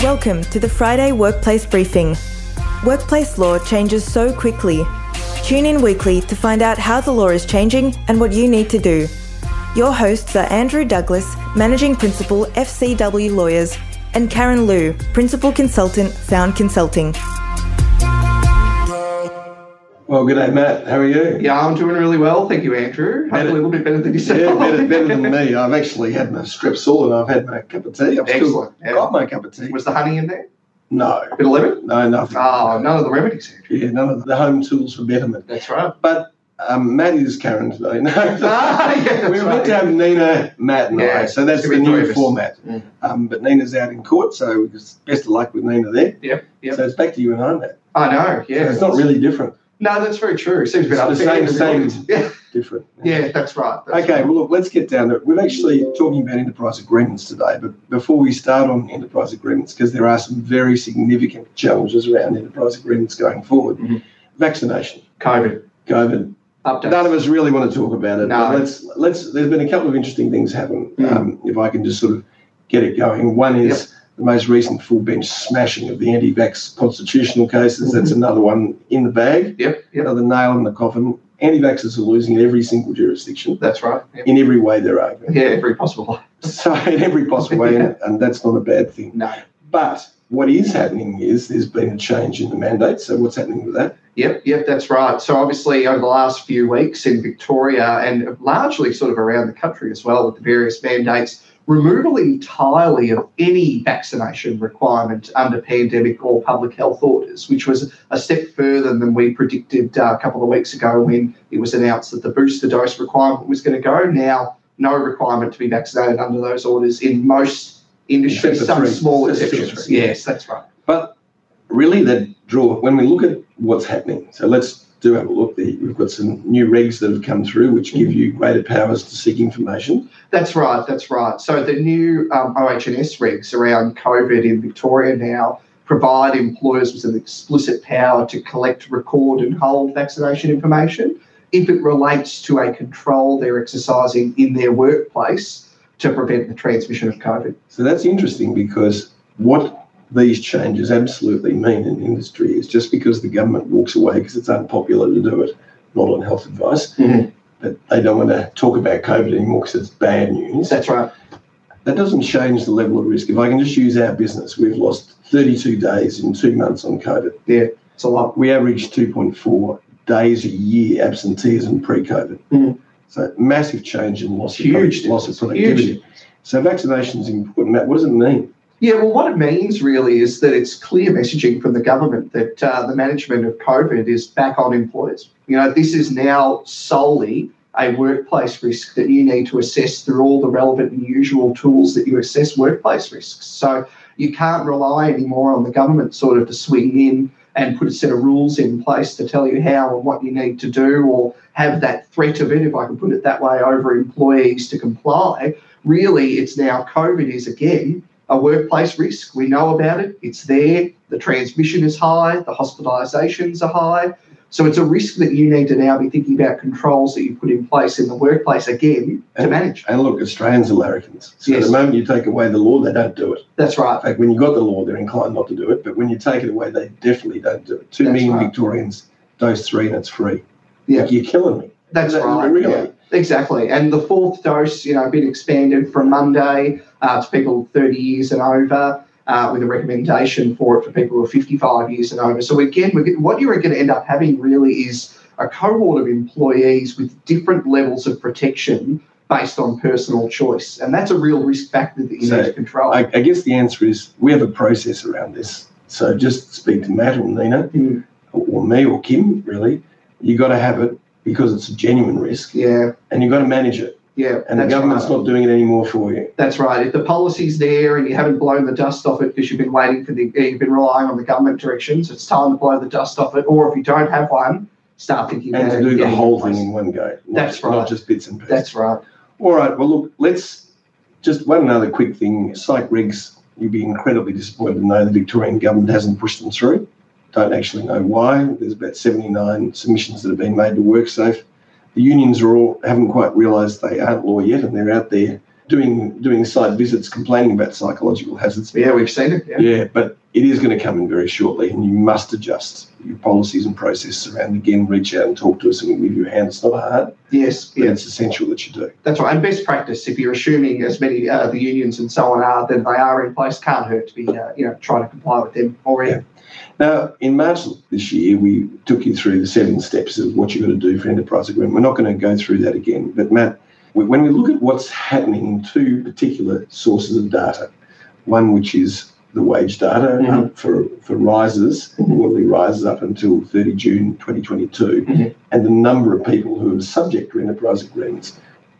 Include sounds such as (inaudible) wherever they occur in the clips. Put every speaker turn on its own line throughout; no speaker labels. Welcome to the Friday Workplace Briefing. Workplace law changes so quickly. Tune in weekly to find out how the law is changing and what you need to do. Your hosts are Andrew Douglas, Managing Principal, FCW Lawyers, and Karen Liu, Principal Consultant, Found Consulting.
Well, good day, Matt. How are you?
Yeah, I'm doing really well. Thank you, Andrew. Hopefully,
Better-
a little bit better than yourself.
Yeah, better, better
(laughs)
than me. I've actually had my Strepsil and I've had my cup of tea. I've
Excellent.
still got my cup of tea.
Was the honey in there?
No,
Bit of lemon?
no, nothing.
Oh, none of the remedies, Andrew.
Yeah, none of the home tools for betterment.
That's right.
But um, Matt is Karen today. (laughs) No,
(laughs) Ah, yeah, that's
we were meant
right.
to have Nina, Matt, and I.
Yeah,
So that's
it's
the
gonna be three of
new
us.
format.
Mm.
Um, but Nina's out in court, so it's best of luck with Nina there.
Yep, yep.
So it's back to you and I, Matt.
I know, yeah.
So it's not really different.
No, that's very true. Seems a bit
It's the
unfair
same-
to
same-
everybody. (laughs) Yeah,
Different.
yeah, that's right. That's
Okay,
right.
well, look, let's get down to it. We're actually talking about enterprise agreements today, but before we start on enterprise agreements, because there are some very significant challenges around enterprise agreements going forward
Mhm.
vaccination,
COVID
COVID.
update.
None of us really want to talk about it.
No.
but Let's, let's, there's been a couple of interesting things happen,
Mm.
um, if I can just sort of get it going. One is the most recent full bench smashing of the anti vax constitutional cases. That's another one in the bag,
Yep, Mm-hmm. yep.
another nail in the coffin. Anti vaxxers are losing in every single jurisdiction.
That's right. Yep.
In every way they're arguing.
Yeah, every possible one.
(laughs) So in every possible way, and, and that's not a bad thing.
No.
But what is happening is there's been a change in the mandate. So what's happening with that?
Yep, yep, that's right. So obviously, over the last few weeks in Victoria and largely sort of around the country as well, with the various mandates, removal entirely of any vaccination requirement under pandemic or public health orders, which was a step further than we predicted uh, a couple of weeks ago when it was announced that the booster dose requirement was going to go. Now, no requirement to be vaccinated under those orders in most industries,
Except for
some
three.
small
Except for
exceptions.
three.
Yes, that's right.
But really, that draw when we look at what's happening. So let's do have a look. There, we've got some new regs that have come through, which give you greater powers to seek information.
That's right. That's right. So the new um, OHS regs around COVID in Victoria now provide employers with an explicit power to collect, record, and hold vaccination information if it relates to a control they're exercising in their workplace to prevent the transmission of COVID.
So that's interesting because what these changes absolutely mean in industry is just because the government walks away because it's unpopular to do it, not on health advice.
Mhm.
But they don't want to talk about COVID anymore because it's bad news.
That's right.
That doesn't change the level of risk. If I can just use our business, we've lost 32 days in two months on COVID.
It's a lot.
We averaged 2.4 days a year absenteeism pre-COVID.
Mm.
So massive change in loss of,
Huge
product- loss of
difference.
productivity.
Huge.
So vaccination is important. Matt, what does it mean?
Yeah, well, what it means really is that it's clear messaging from the government that uh, the management of COVID is back on employers. You know, this is now solely a workplace risk that you need to assess through all the relevant and usual tools that you assess workplace risks. So you can't rely anymore on the government sort of to swing in and put a set of rules in place to tell you how and what you need to do or have that threat of it, if I can put it that way, over employees to comply. Really, it's now COVID is again a workplace risk. We know about it. It's there. The transmission is high. The hospitalisations are high. So it's a risk that you need to now be thinking about controls that you put in place in the workplace again to manage.
And look, Australians are larrikins. So
Yes.
the moment you take away the law, they don't do it.
That's
In
right.
fact, when you got the law, they're inclined not to do it. But when you take it away, they definitely don't do it. Two
That's
million
right.
Victorians dose three and it's free.
Yeah.
You're killing me.
That's
That-
right.
Really?
yeah. Exactly. And the fourth dose, you know, been expanded from Monday uh, to people 30 years and over. Uh, with a recommendation for it for people who are 55 years and over. So again, we're get, what you're going to end up having really is a cohort of employees with different levels of protection based on personal choice, and that's a real risk factor that you
So,
need to control.
I, I guess the answer is we have a process around this. So just speak to Matt or Nina
Hmm.
or me or Kim, really. you got to have it because it's a genuine risk
yeah,
and you've got to manage it.
yeah.
And
that's
the government's
right.
not doing it anymore for you.
That's right. If the policy's there and you haven't blown the dust off it because you've been waiting for the, you've been relying on the government directions, it's time to blow the dust off it. Or if you don't have one, start thinking
And
about
to
it
do the
getting
whole
it
thing
in place.
in one go. Not,
That's
Not
right.
just bits and pieces.
That's right.
All right. Well, look, let's just one other quick thing. Psych regs, you'd be incredibly disappointed to know the Victorian government hasn't pushed them through. Don't actually know why. There's about 79 submissions that have been made to WorkSafe. The unions are all haven't quite realised they aren't law yet, and they're out there doing doing site visits complaining about psychological hazards.
Yeah, we've seen it. Yeah.
Yeah, but it is going to come in very shortly, and you must adjust your policies and processes around. Again, reach out and talk to us, and we'll give you a hand. It's not hard,
Yes.
but
Yeah.
it's essential that you do.
That's right. And best practice, if you're assuming as many uh, the unions and so on are, then they are in place. Can't hurt to be, uh, you know, trying to comply with them already.
Yeah. Now, in March this year, we took you through the seven steps of what you've got to do for enterprise agreement. We're not going to go through that again. But, Matt, we- when we look at what's happening in two particular sources of data, one which is the wage data
Mhm.
up for, for rises,
Mhm.
quarterly rises up until 30 June 2022,
Mhm.
and the number of people who are subject to enterprise agreements,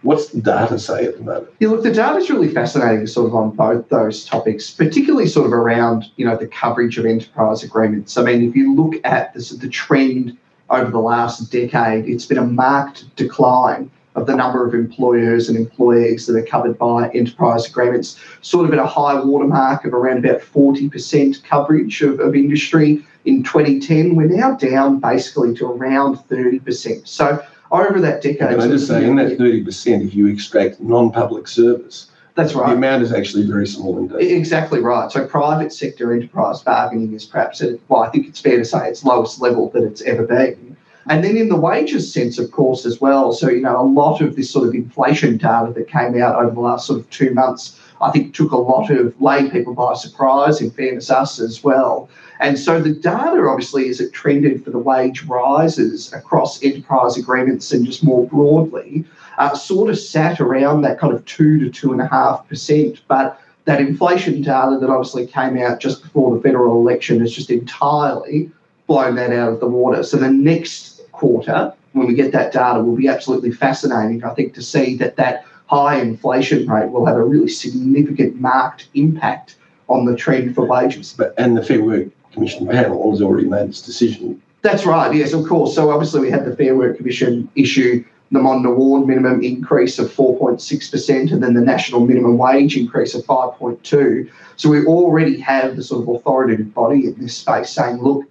what's the data say at the moment?
Yeah, look, the data's really fascinating sort of on both those topics, particularly sort of around, you know, the coverage of enterprise agreements. I mean, if you look at this, the trend over the last decade, it's been a marked decline of the number of employers and employees that are covered by enterprise agreements, sort of at a high watermark of around about 40% coverage of, of industry in 2010. We're now down basically to around 30%. So over that decade...
Can I just say, in that 30%, if you extract non public service,
That's right.
the amount is actually very small indeed.
Exactly right. So private sector enterprise bargaining is perhaps, at, well, I think it's fair to say it's lowest level that it's ever been. And then in the wages sense, of course, as well. So, you know, a lot of this sort of inflation data that came out over the last sort of two months, I think took a lot of lay people by surprise, in fairness, us as well. And so the data obviously is it trended for the wage rises across enterprise agreements and just more broadly, uh, sort of sat around that kind of two to two and a half percent. But that inflation data that obviously came out just before the federal election has just entirely blown that out of the water. So the next quarter, when we get that data, will be absolutely fascinating, I think, to see that that high inflation rate will have a really significant marked impact on the trend for wages.
But and the Fair Work Commission panel has already made its decision.
That's right, yes, of course. So obviously we had the Fair Work Commission issue the Modern Award minimum increase of 4.6% and then the national minimum wage increase of 5.2. So we already have the sort of authoritative body in this space saying, look,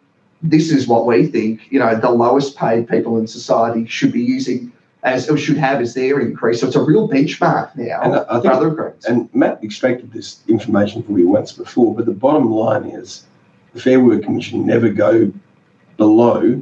this is what we think, you know, the lowest paid people in society should be using as or should have as their increase. So it's a real benchmark
And
now
I I
for
think
other grants.
and Matt extracted this information for you once before, but the bottom line is the Fair Work Commission never go below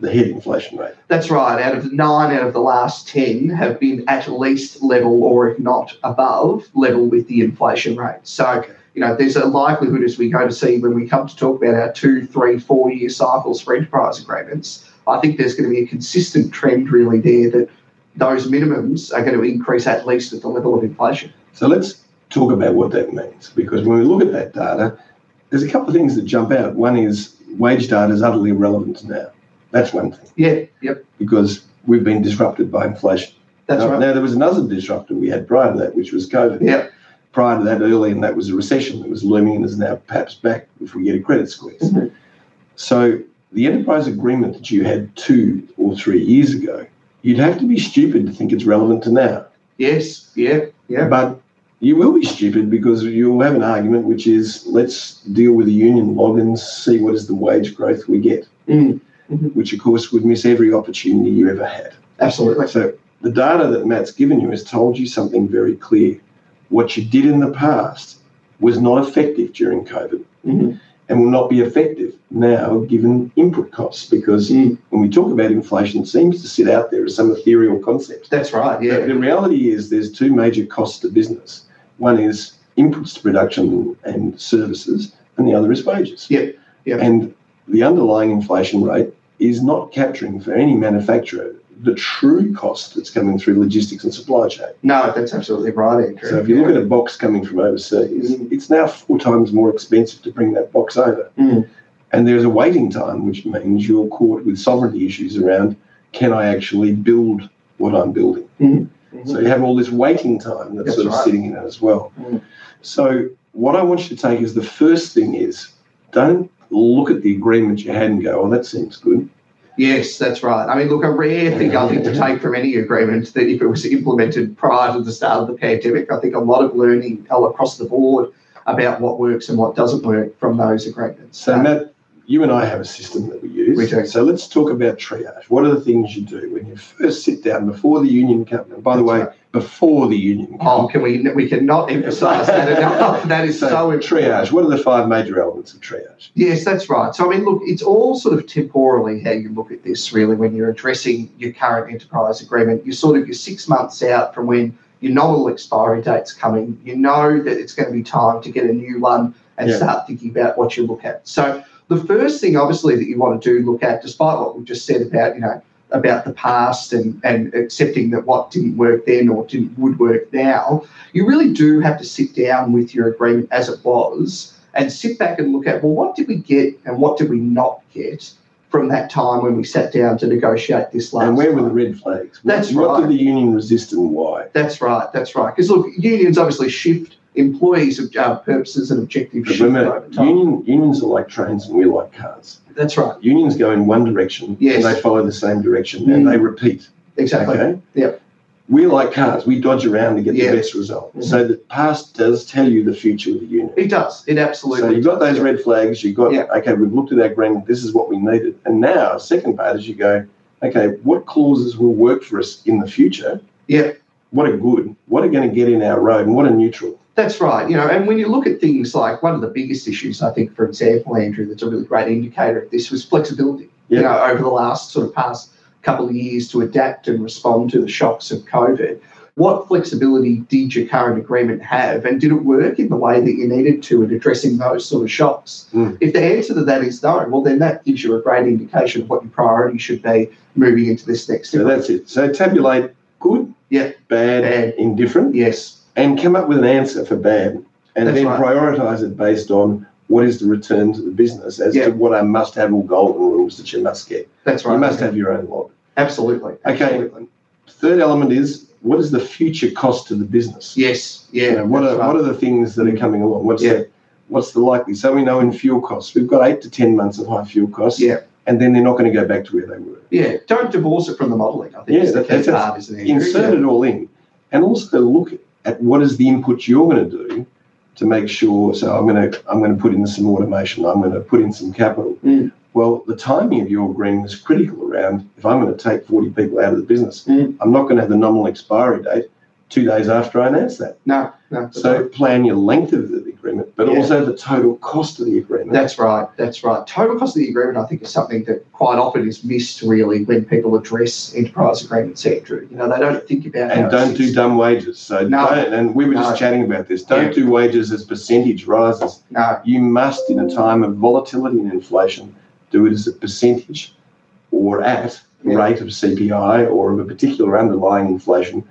the head inflation rate.
That's right. Out of nine out of the last 10 have been at least level or if not above level with the inflation rate. So, you know, there's a likelihood as we go to see when we come to talk about our two, three, four year cycles for enterprise agreements, I think there's going to be a consistent trend really there that those minimums are going to increase at least with the level of inflation.
So let's talk about what that means because when we look at that data, there's a couple of things that jump out. One is wage data is utterly irrelevant now. That's one thing
Yeah, yep,
because we've been disrupted by inflation.
that's
now,
right.
now there was another disruptor we had prior to that, which was COVID.
Yeah,
prior to that early, and that was a recession that was looming and is now perhaps back if we get a credit squeeze.
Mhm.
So the enterprise agreement that you had two or three years ago, you'd have to be stupid to think it's relevant to now.
yes, yeah, yeah.
But you will be stupid because you'll have an argument which is let's deal with the union log and see what is the wage growth we get,
Mm, mhm.
which of course would miss every opportunity you ever had.
Absolutely.
So the data that Matt's given you has told you something very clear. What you did in the past was not effective during COVID
Mhm.
and will not be effective now given input costs because
Mm,
when we talk about inflation, it seems to sit out there as some ethereal concept.
That's right,
But
yeah.
the reality is there's two major costs to business. One is inputs to production and services, and the other is wages.
Yep, yep.
And the underlying inflation rate is not capturing for any manufacturer the true cost that's coming through logistics and supply chain.
No, that's absolutely right, Andrew.
So if you look at a box coming from overseas,
Mm.
it's now four times more expensive to bring that box over.
Mm.
And there's a waiting time, which means you're caught with sovereignty issues around can I actually build what I'm building?
Mhm.
So you have all this waiting time that's,
That's
sort of
right.
sitting in it as well.
Mm.
So what I want you to take is the first thing is don't look at the agreement you had and go, oh, that seems good.
Yes, that's right. I mean, look, a rare thing I think to take from any agreement that if it was implemented prior to the start of the pandemic, I think a lot of learning all across the board about what works and what doesn't work from those agreements.
So
Uh,
Matt, you and I have a system that we use.
We do.
So let's talk about triage. What are the things you do when you first sit down before the union company? By the
That's
way,
right.
before the union. (laughs)
Oh, can we? We cannot emphasise that enough. That is so,
triage. What are the five major elements of triage?
Yes, that's right. So, I mean, look, it's all sort of temporally how you look at this, really, when you're addressing your current enterprise agreement. You're sort of you're six months out from when your nominal expiry date's coming. You know that it's going to be time to get a new one and
Yeah.
start thinking about what you look at. So, the first thing, obviously, that you want to do look at, despite what we've just said about, you know, about the past and, and accepting that what didn't work then or didn't would work now, you really do have to sit down with your agreement as it was and sit back and look at well what did we get and what did we not get from that time when we sat down to negotiate this last
and where were
time.
the red flags?
That's
what, What
right.
did the union resist and why?
that's right that's right because look unions obviously shift employees of uh, purposes and objectives
But
shift
remember,
over time.
union, unions are like trains and we're like cars.
that's right
Unions go in one direction
Yes.
and they follow the same direction
Mm.
and they repeat.
exactly
Okay?
Yep.
We're like cars. We dodge around to get
Yeah.
the best result.
Mhm.
So the past does tell you the future of the union.
it does it absolutely
So you've got
does.
those red flags. You've got
Yeah.
okay. We've looked at our agreement. This is what we needed. And now, second part is you go, okay. What clauses will work for us in the future?
Yeah.
What are good? What are going to get in our road? And what are neutral?
That's right. You know, and when you look at things like one of the biggest issues, I think, for example, Andrew, that's a really great indicator of this was flexibility.
Yeah.
You know, over the last sort of past couple of years to adapt and respond to the shocks of COVID. What flexibility did your current agreement have, and did it work in the way that you needed to in addressing those sort of shocks?
Mm.
If the answer to that is no, well, then that gives you a great indication of what your priority should be moving into this next
So
step.
that's it. So tabulate good,
Yeah.
bad,
Bad.
indifferent,
yes,
and come up with an answer for bad, and
That's
then
right.
prioritize it based on what is the return to the business as
Yeah.
to what are must-have or golden rules that you must get.
that's right.
You must have your own log.
Absolutely.
Okay.
Absolutely.
Third element is what is the future cost to the business?
Yes. Yeah.
You know, what
that's
are
right.
what are the things that are coming along? What's
Yeah.
the what's the likely? So we know in fuel costs, we've got eight to ten months of high fuel costs.
Yeah.
And then they're not going to go back to where they were.
Yeah, don't divorce it from the modelling. I think
Yeah,
is the
that-
key
that's-
part, isn't it?
Insert
Yeah.
it all in. And also look at what is the input you're going to do to make sure. So I'm going to I'm going to put in some automation. I'm going to put in some capital.
Mm.
Well, the timing of your agreement is critical around if I'm going to take 40 people out of the business,
Mm.
I'm not going to have the nominal expiry date two days after I announce that.
No, no.
So plan your length of the agreement, but
Yeah.
also the total cost of the agreement.
that's right. That's right. Total cost of the agreement, I think, is something that quite often is missed really when people address enterprise agreements, Andrew. You know, they don't think about how
and
it
don't do
sits.
dumb wages. So
No.
don't, and we were
No.
just chatting about this. Don't
Yeah.
do wages as percentage rises.
no.
You must, in a time of volatility and inflation, do it as a percentage or at
Yeah.
rate of CPI or of a particular underlying inflation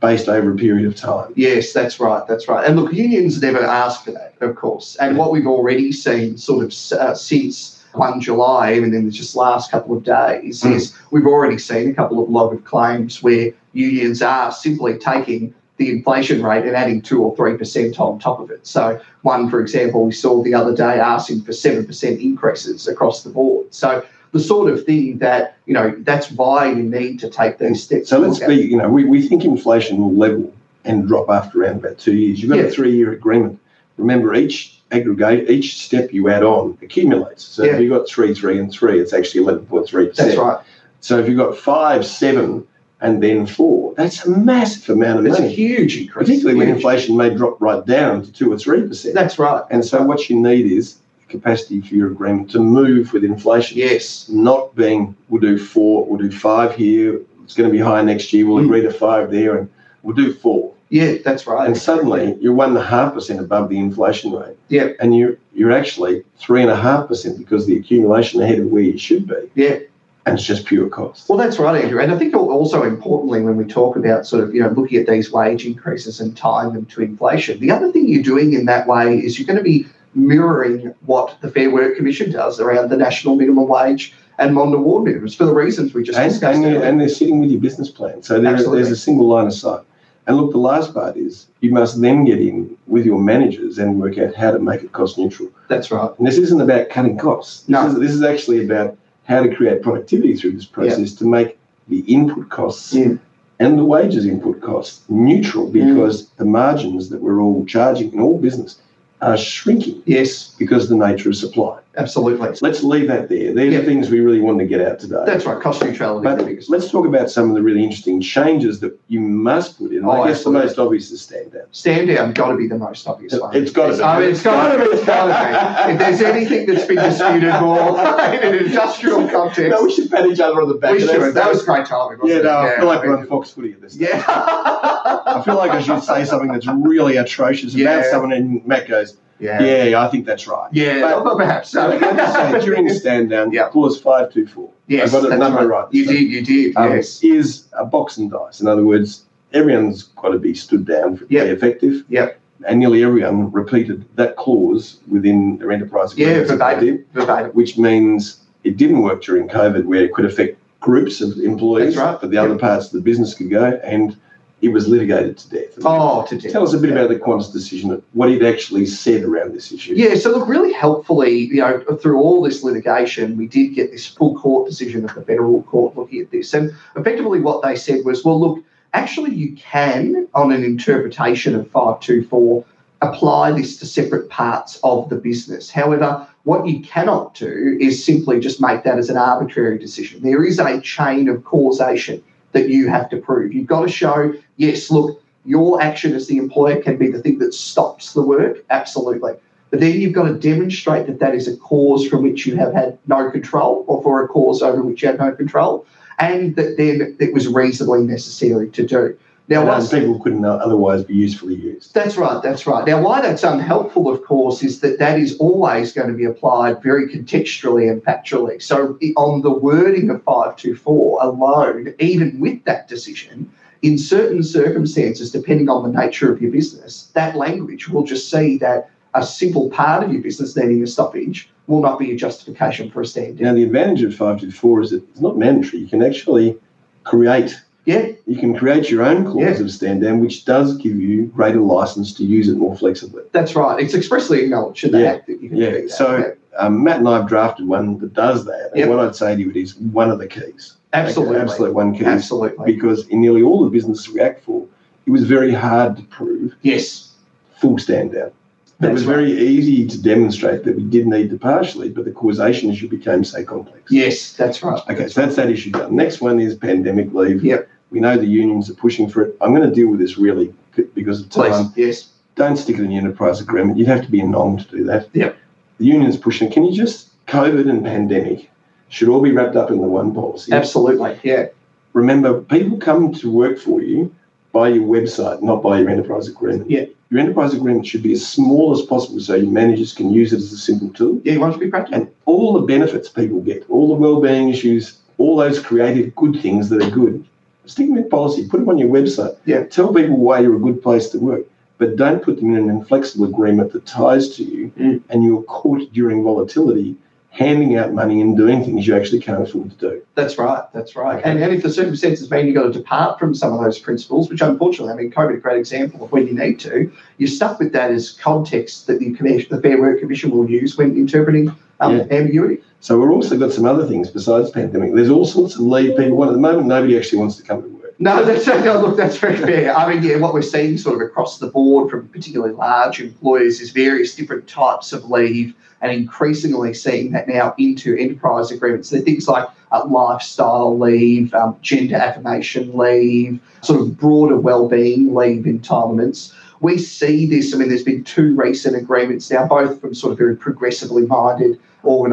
based over a period of time.
Yes, that's right. That's right. And look, unions never ask for that, of course. And what we've already seen sort of uh, since 1 July, even in just last couple of days,
Mm.
is we've already seen a couple of lobbied claims where unions are simply taking the inflation rate and adding 2 or 3% on top of it. So, one, for example, we saw the other day asking for 7% increases across the board. So, the sort of thing that, you know, that's why you need to take these steps.
So
to
let's
look at
be, you know, we, we think inflation will level and drop after around about two years. You've got
Yeah.
a three year agreement. Remember, each aggregate, each step you add on accumulates. So
Yeah.
if you've got three, three, and three, it's actually 11.3%.
That's right.
So if you've got five, seven, and then four, that's a massive amount of
It's a
money,
huge increase.
particularly when
Huge.
inflation may drop right down to two or three percent.
That's right.
And so what you need is capacity for your agreement to move with inflation,
Yes.
not being we'll do four, we'll do five here. It's going to be high next year. We'll
Mm.
agree to five there, and we'll do four.
Yeah, that's right.
And suddenly you're one and a half percent above the inflation rate.
Yeah.
And you you're actually three and a half percent because the accumulation ahead of where you should be.
Yeah.
And it's just pure cost.
Well, that's right, Andrew. And I think al- also importantly, when we talk about sort of, you know, looking at these wage increases and tying them to inflation, the other thing you're doing in that way is you're going to be mirroring what the Fair Work Commission does around the national minimum wage and Mond Award minimums for the reasons we just
and,
discussed.
and,
earlier.
they're, and they're sitting with your business plan. So there,
Absolutely.
there's a single line of sight. And look, the last part is you must then get in with your managers and work out how to make it cost neutral.
that's right.
And this isn't about cutting costs.
No.
This, is, this is actually about how to create productivity through this process to make the input costs
Mm.
and the wages input costs neutral because the margins that we're all charging in all business are shrinking
Yes,
because of the nature of supply.
absolutely.
Let's leave that there. They're
Yeah.
the things we really wanted to get out today.
That's right. Cost neutrality. is
but
the biggest.
let's talk about some of the really interesting changes that you must put in.
Oh,
I guess
absolutely.
the most obvious is stand down.
Stand down got to be the most obvious one.
It's gotta be.
I mean, it's got to be. It's got to
(laughs)
be. If there's anything that's been disputed more (laughs) in an industrial context,
No, we should pat each other on the back.
we
And
should.
that's-
That was great timing.
Yeah,
wasn't
no, I
it?
feel like
I
we're on
mean,
Fox Footy at this. stage. (laughs)
yeah.
I feel like I should say something that's really atrocious about
Yeah.
someone, and Matt goes,
yeah.
"Yeah, yeah I think that's right."
Yeah,
But-
but perhaps.
So I have to say, during the stand down,
Yeah.
clause five two four.
(laughs) yes,
I got the
that's
number right.
You
So,
did, you did.
um,
yes,
Is a box and dice. In other words, everyone's got to be stood down for it to
Yeah.
be effective.
Yeah.
And nearly everyone repeated that clause within their enterprise
Yeah,
agreements that they did,
verbatim.
which means it didn't work during COVID, where it could affect groups of employees,
That's right.
but the other parts of the business could go, and it was litigated to death.
Oh, to death.
Tell us a bit about the Qantas decision, what it actually said around this issue.
Yeah, so look, really helpfully, you know, through all this litigation, we did get this full court decision of the federal court looking at this. And effectively, what they said was, well, look, actually, you can, on an interpretation of 524, apply this to separate parts of the business. However, what you cannot do is simply just make that as an arbitrary decision. There is a chain of causation that you have to prove. You've got to show, yes, look, your action as the employer can be the thing that stops the work, absolutely. But then you've got to demonstrate that that is a cause from which you have had no control or for a cause over which you had no control, and that then it was reasonably necessary to do. Now,
And
once
other people couldn't otherwise be usefully used.
that's right. That's right. Now, why that's unhelpful, of course, is that that is always going to be applied very contextually and factually. So, i- on the wording of 524 alone, even with that decision, in certain circumstances, depending on the nature of your business, that language will just see that a simple part of your business needing a stoppage will not be a justification for a stand down.
Now, the advantage of 524 is that it's not mandatory. You can actually create,
Yeah,
you can create your own clause
Yeah.
of stand down, which does give you greater license to use it more flexibly.
that's right. It's expressly acknowledged in the
Yeah,
act that you can
yeah.
do that.
So- Um, Matt and I have drafted one that does that. And
Yep.
what I'd say to you it is one of the keys.
absolutely,
Like, absolute one key.
absolutely,
Because in nearly all the businesses we act for, it was very hard to prove
yes.
full stand down. It
That's
was
right.
very easy to demonstrate that we did need to partially, but the causation issue became so complex.
Yes, that's right.
Okay, so that's that issue done. Next one is pandemic leave.
Yep.
We know the unions are pushing for it. I'm going to deal with this really c- because of time.
Please, yes.
Don't stick it in the enterprise agreement. You'd have to be a nom to do that.
Yep.
The union's pushing. Can you just COVID and pandemic should all be wrapped up in the one policy?
Absolutely, yeah.
Remember, people come to work for you by your website, not by your enterprise agreement.
Yeah.
Your enterprise agreement should be as small as possible so your managers can use it as a simple tool.
Yeah, you want it to be practical.
and all the benefits people get, all the well-being issues, all those creative good things that are good. Stick them in policy, put them on your website.
Yeah.
Tell people why you're a good place to work, but don't put them in an inflexible agreement that ties to you
Mm.
and you're caught during volatility handing out money and doing things you actually can't afford to do.
That's right, that's right. And, and if the circumstances mean you've got to depart from some of those principles, which unfortunately, I mean, COVID is a great example of when you need to, you're stuck with that as context that the, commission, the Fair Work Commission will use when interpreting um,
Yeah.
ambiguity.
So we've also got some other things besides pandemic. There's all sorts of leave people want at the moment. Nobody actually wants to come to work.
No, that's (laughs) no, look, that's very fair. I mean, yeah, what we're seeing sort of across the board from particularly large employers is various different types of leave and increasingly seeing that now into enterprise agreements. There are things like uh, lifestyle leave, um, gender affirmation leave, sort of broader wellbeing leave entitlements. We see this, I mean, there's been two recent agreements now, both from sort of very progressively minded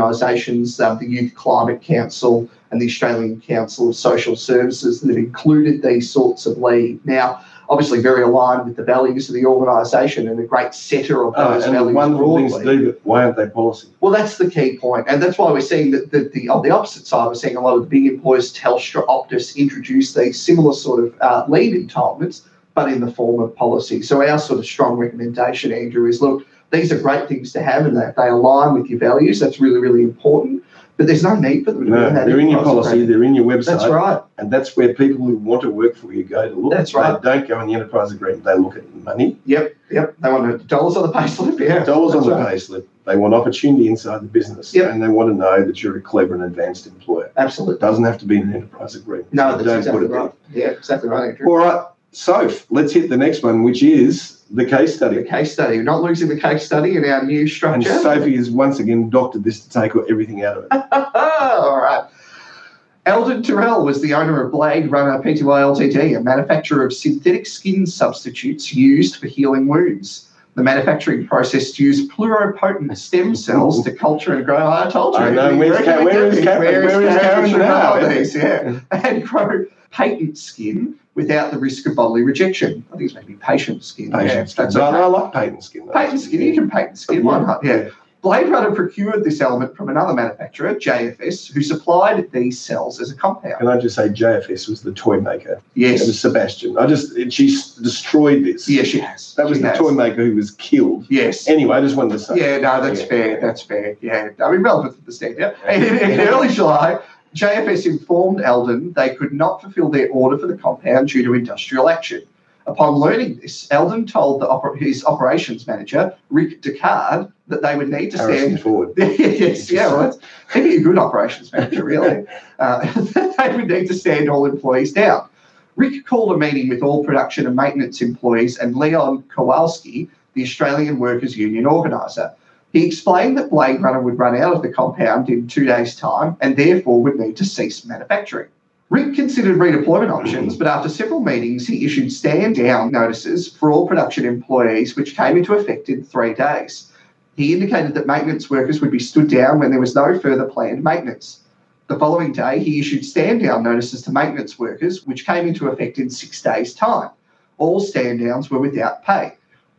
organisations, um, the Youth Climate Council and the Australian Council of Social Services, that have included these sorts of leave. Now, obviously, very aligned with the values of the organisation and a great setter of
Oh,
those
and the
values
wonderful
broadly.
things to do, but why aren't they policy?
Well, that's the key point, and that's why we're seeing that the, the on the opposite side, we're seeing a lot of the big employers, Telstra, Optus, introduce these similar sort of uh, leave entitlements, but in the form of policy. So our sort of strong recommendation, Andrew, is look, these are great things to have, and that they align with your values. That's really really important. But there's no need for them to
No,
be that
they're in your
enterprise
policy,
agreement.
they're in your website.
That's right.
And that's where people who want to work for you go to look.
That's right.
They don't go in the enterprise agreement. They look at money,
Yep, yep. They want dollars on the pay slip.
(laughs)
Yeah,
dollars on
that's
the
right.
pay slip. They want opportunity inside the business.
Yep.
And they want to know that you're a clever and advanced employer. It
Absolutely.
doesn't have to be an enterprise agreement.
No,
They
that's exactly
there.
right. Yeah, exactly right, Andrew.
All right. So let's hit the next one, which is the case
The
study.
case study. We're not losing the case study in our new
And
structure.
Sophie has once again doctored this to take everything out of it.
Oh, All right. Eldon Terrell was the owner of Blade Runner Pty Ltd, a manufacturer of synthetic skin substitutes used for healing wounds. The manufacturing process used pluripotent stem cells to culture and grow. I told you.
I know, where's Ka- where is Ka- where is Karen now?
Terrell? Yeah. And grow patent skin without the risk of bodily rejection. I think it's maybe patient skin. yeah,
Patience.
that's
No,
okay.
no, I like patent skin. though.
Patent skin, you can patent skin, why not? Yeah. Blade Runner procured this element from another manufacturer, JFS, who supplied these cells as a compound.
Can I just say JFS was the toy maker? It was
Yes.
Sebastian. I just it- she s- destroyed this.
Yeah, she has.
that was
She
the
has.
toy maker who was killed.
Yes.
Anyway, I just wanted to say.
Yeah, no, that's
Yeah.
fair. That's fair. Yeah. I mean, relevant to the stand. Yeah.
Yeah.
In, in early July, JFS informed Eldon they could not fulfill their order for the compound due to industrial action. Upon learning this, Eldon told the oper- his operations manager, Rick Descartes, that they would need to
Harrison
stand
Ford.
(laughs) yes, yeah, well, that's, he'd be a good operations manager, really. Uh, (laughs) they would need to stand all employees down. Rick called a meeting with all production and maintenance employees and Leon Kowalski, the Australian Workers Union organiser. He explained that Blade Runner would run out of the compound in two days' time and therefore would need to cease manufacturing. Rick considered redeployment options, but after several meetings, he issued stand down notices for all production employees, which came into effect in three days. He indicated that maintenance workers would be stood down when there was no further planned maintenance. The following day, he issued stand down notices to maintenance workers, which came into effect in six days' time. All stand downs were without pay.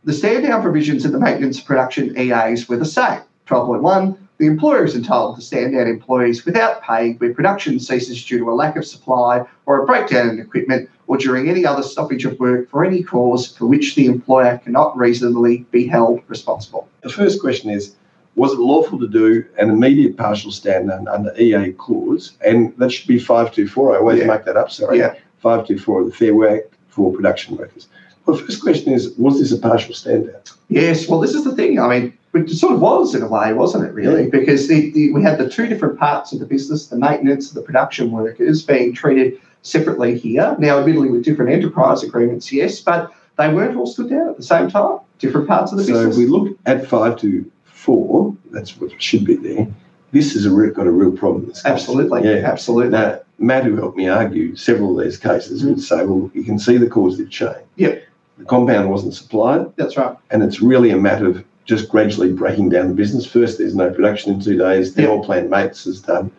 The stand down provisions in the maintenance production EAs were the same. 12.1 The employer is entitled to stand down employees without pay where production ceases due to a lack of supply or a breakdown in equipment or during any other stoppage of work for any cause for which the employer cannot reasonably be held responsible.
The first question is, was it lawful to do an immediate partial stand down under EA clause? And that should be five two four. I always
Yeah.
make that up. Sorry,
Yeah.
five two four of the Fair Work Act for production workers. Well, the first question is, was this a partial stand down?
Yes, well, this is the thing. I mean, it sort of was in a way, wasn't it, really?
Yeah.
Because it, the, we had the two different parts of the business the maintenance and the production workers being treated separately here. Now, admittedly, with different enterprise agreements, yes, but they weren't all stood down at the same time, different parts of the
So if
business.
we look at five two four, that's what should be there. This has re- got a real problem. This case.
absolutely,
Yeah.
absolutely.
Now, Matt, who helped me argue several of these cases, would say, well, you can see the causative chain.
Mm. Yep.
The compound wasn't supplied,
That's right.
and it's really a matter of just gradually breaking down the business. First, there's no production in two days, then
Yep.
all planned mates is done.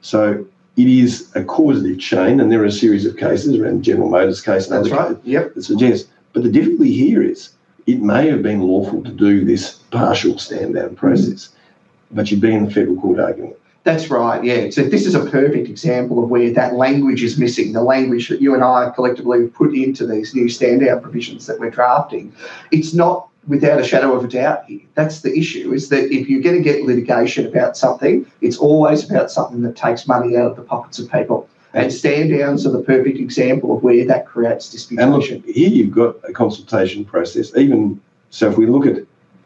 So it is a causative chain, and there are a series of cases around the General Motors case and
That's
other
right.
cases
Yep.
that suggest. But the difficulty here is it may have been lawful to do this partial stand down process,
Mm.
but you'd be in the federal court arguing it.
That's right. Yeah. So this is a perfect example of where that language is missing. The language that you and I collectively have put into these new standout provisions that we're drafting. It's not without a shadow of a doubt here. That's the issue is that if you're going to get litigation about something, it's always about something that takes money out of the pockets of people. And stand downs are the perfect example of where that creates
And look,
disputation.
here you've got a consultation process. Even so, if we look at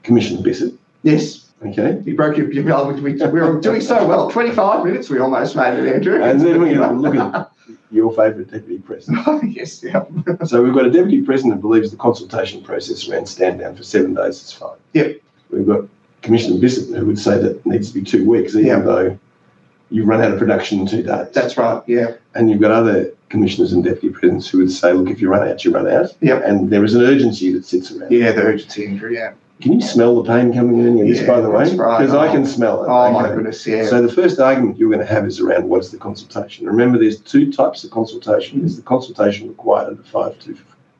Commissioner Bissett,
Yes,
okay,
you broke your. your oh, we, we were doing so well. 25 minutes we almost made it, Andrew.
and then
(laughs)
we can look at your favourite deputy president.
yes, yeah.
So we've got a deputy president who believes the consultation process around stand down for seven days is fine.
Yep.
We've got Commissioner Bissett who would say that it needs to be two weeks, even
Yeah.
though you run out of production in two days.
That's right. Yeah.
And you've got other commissioners and deputy presidents who would say, look, if you run out, you run out.
Yep.
And there is an urgency that sits around.
Yeah, the urgency injury. Yeah.
Can you smell the pain coming in? in this,
Yeah,
by the way,
that's right.
because I
Oh.
can smell it.
Oh my
Okay.
goodness. Yeah.
So the first argument you're going to have is around what is the consultation. Remember, there's two types of consultation. There's the consultation required under five to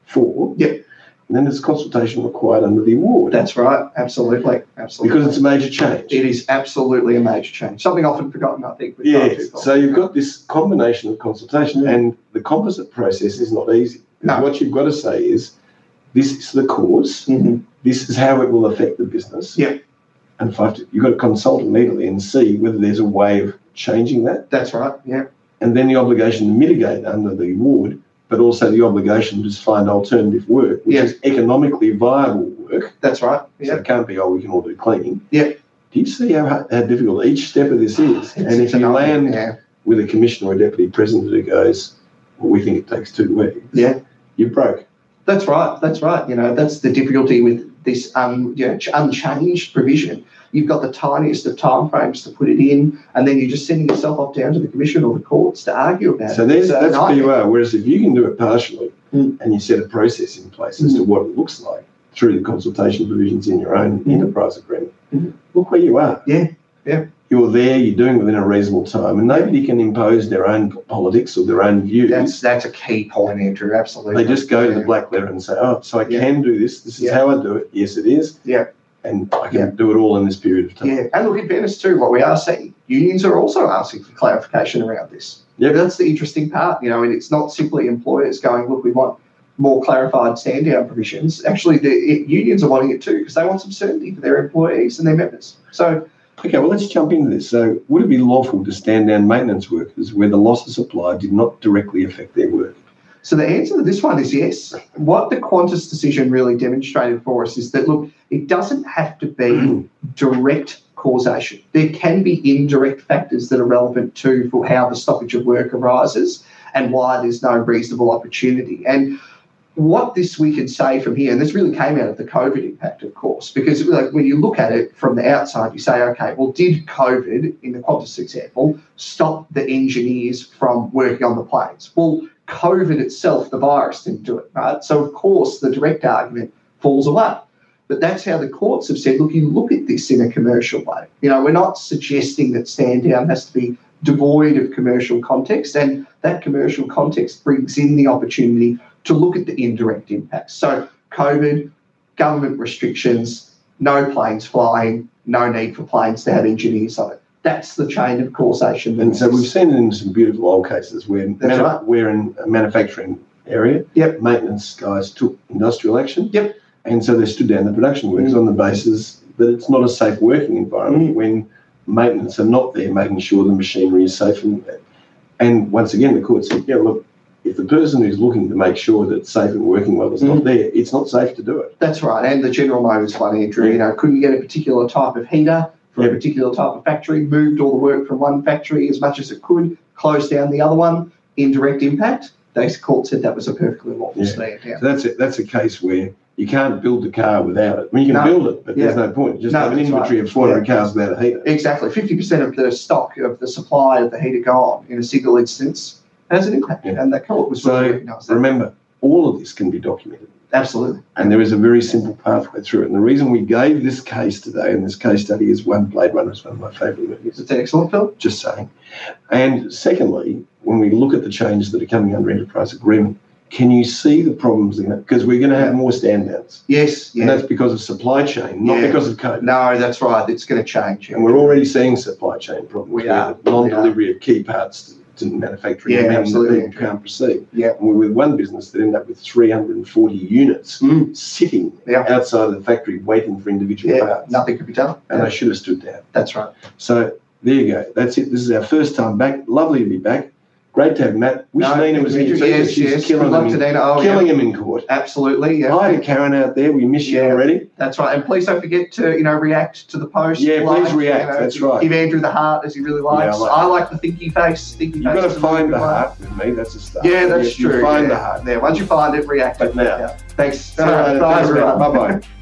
four.
Yep.
And then there's consultation required under the award.
That's right. Absolutely. Absolutely.
because it's a major change.
it is absolutely a major change. Something often forgotten, I think. with most
Yes.
people.
So you've got this combination of consultation,
Mm.
and the composite process is not easy.
No.
What you've got to say is, this is the cause.
Mhm.
This is how it will affect the business.
Yep.
And five, to, you've got to consult immediately and see whether there's a way of changing that.
That's right. Yeah.
and then the obligation to mitigate under the award, but also the obligation to find alternative work, which
Yeah.
is economically viable work.
That's right.
So
Yeah.
it can't be, oh, we can all do cleaning.
Yeah.
Do you see how, how difficult each step of this is?
It's-
and
it's
if you
an
land
argument, yeah.
with a commissioner or a deputy president who goes, well, we think it takes two weeks,
Yeah.
you're broke.
That's right. That's right. You know, that's the difficulty with this um, you know, ch- unchanged provision. You've got the tiniest of timeframes to put it in, and then you're just sending yourself off down to the commission or the courts to argue about
So
it.
there's,
It's a
that's where you
nightmare.
are. Whereas if you can do it partially
Mm.
and you set a process in place as to
Mm-hmm.
what it looks like through the consultation provisions in your own
Mm.
enterprise agreement,
Mhm.
look where you are.
Yeah, yeah.
You're there, you're doing within a reasonable time, and nobody can impose their own politics or their own views.
That's that's a key point, Andrew. Absolutely.
they just go to the
Yeah.
black letter and say, oh, so I
Yeah.
can do this. This is
Yeah.
how I do it. Yes, it is.
Yeah.
And I can
Yeah.
do it all in this period of time.
Yeah, and look in Venice too. What we are seeing, unions are also asking for clarification around this.
Yep.
that's the interesting part. You know, and it's not simply employers going, look, we want more clarified stand down provisions. Actually, the it, unions are wanting it too because they want some certainty for their employees and their members. So
Okay, well, let's jump into this. So, would it be lawful to stand down maintenance workers where the losses applied did not directly affect their work?
So the answer to this one is yes. What the Qantas decision really demonstrated for us is that look, it doesn't have to be direct causation. There can be indirect factors that are relevant to for how the stoppage of work arises and why there's no reasonable opportunity. And what this we can say from here, and this really came out of the COVID impact, of course, because like when you look at it from the outside, you say, okay, well, did COVID, in the Qantas example, stop the engineers from working on the planes? Well, COVID itself, the virus didn't do it, right? So, of course, the direct argument falls away. But that's how the courts have said, look, you look at this in a commercial way. You know, we're not suggesting that stand down has to be devoid of commercial context, and that commercial context brings in the opportunity to look at the indirect impacts. So, COVID, government restrictions, no planes flying, no need for planes to have engineers on it. That's the chain of causation. that
And so we've
exists.
seen it in some beautiful old cases where
That's right.
we're in a manufacturing area.
Yep.
Maintenance guys took industrial action.
Yep. Mm.
And so they stood down the production workers on the basis that it's not a safe working environment when maintenance are not there making sure the machinery is safe. And, and once again, the court said, yeah, look, if the person who's looking to make sure that it's safe and working well is
Mm.
not there, it's not safe to do it.
That's right. And the General Motors one, Andrew, you know, couldn't get a particular type of heater for
Yeah.
a particular type of factory, moved all the work from one factory as much as it could, closed down the other one, indirect impact. The court said that was a perfectly lawful
Yeah.
stand down.
So that's it. That's a case where you can't build the car without it. I mean, you can
No.
build it, but there's no point. You just
No,
have an
that's right.
inventory of 400 cars without a heater.
Exactly. 50% of the stock of the supply of the heater gone in a single instance has an impact.
Yeah.
And the court was
So,
really recognised that.
Remember, all of this can be documented,
Absolutely.
and there is a very simple pathway through it. And the reason we gave this case today and this case study is one Blade Runner is one of my favourite movies.
It's an excellent film.
Just saying. And secondly, when we look at the changes that are coming under enterprise agreement, can you see the problems in it? Because we're going to have more stand downs,
Yes.
and
Yeah.
that's because of supply chain, not
Yeah.
because of COVID.
No, that's right. It's going to change.
And we're already seeing supply chain problems.
We
with
are.
the Non-delivery of key parts to manufacturing.
Yeah,
meaning that
absolutely.
People can't proceed.
Yeah.
And we're with one business that ended up with 340 units
Mm.
sitting
Yeah.
outside of the factory waiting for individual
Yeah.
parts.
Nothing could be done.
And they should have stood down.
That's right.
So there you go. That's it. This is our first time back. Lovely to be back. Great to have Matt. Wish
No,
Nina was here. too, but
Yes,
She's
yes.
killing,
Good luck to
him, in,
Nina. Oh,
killing
yeah.
him in court.
Absolutely. Yeah.
Hi to Karen out there. We miss you
Yeah.
already.
That's right. And please don't forget to, you know, react to the post.
Yeah, please react. That's right.
Give Andrew the heart as he really likes.
Yeah, I like
I like the thinky face. Thinky
You've
face
got to
is a really
find the
good one.
heart with me. That's a start.
Yeah, that's
You
true.
find
yeah.
the heart.
There. Once you find it, react.
But now-
Yeah. Thanks.
All right,
Bye,
thanks,
everyone.
mate. Bye-bye.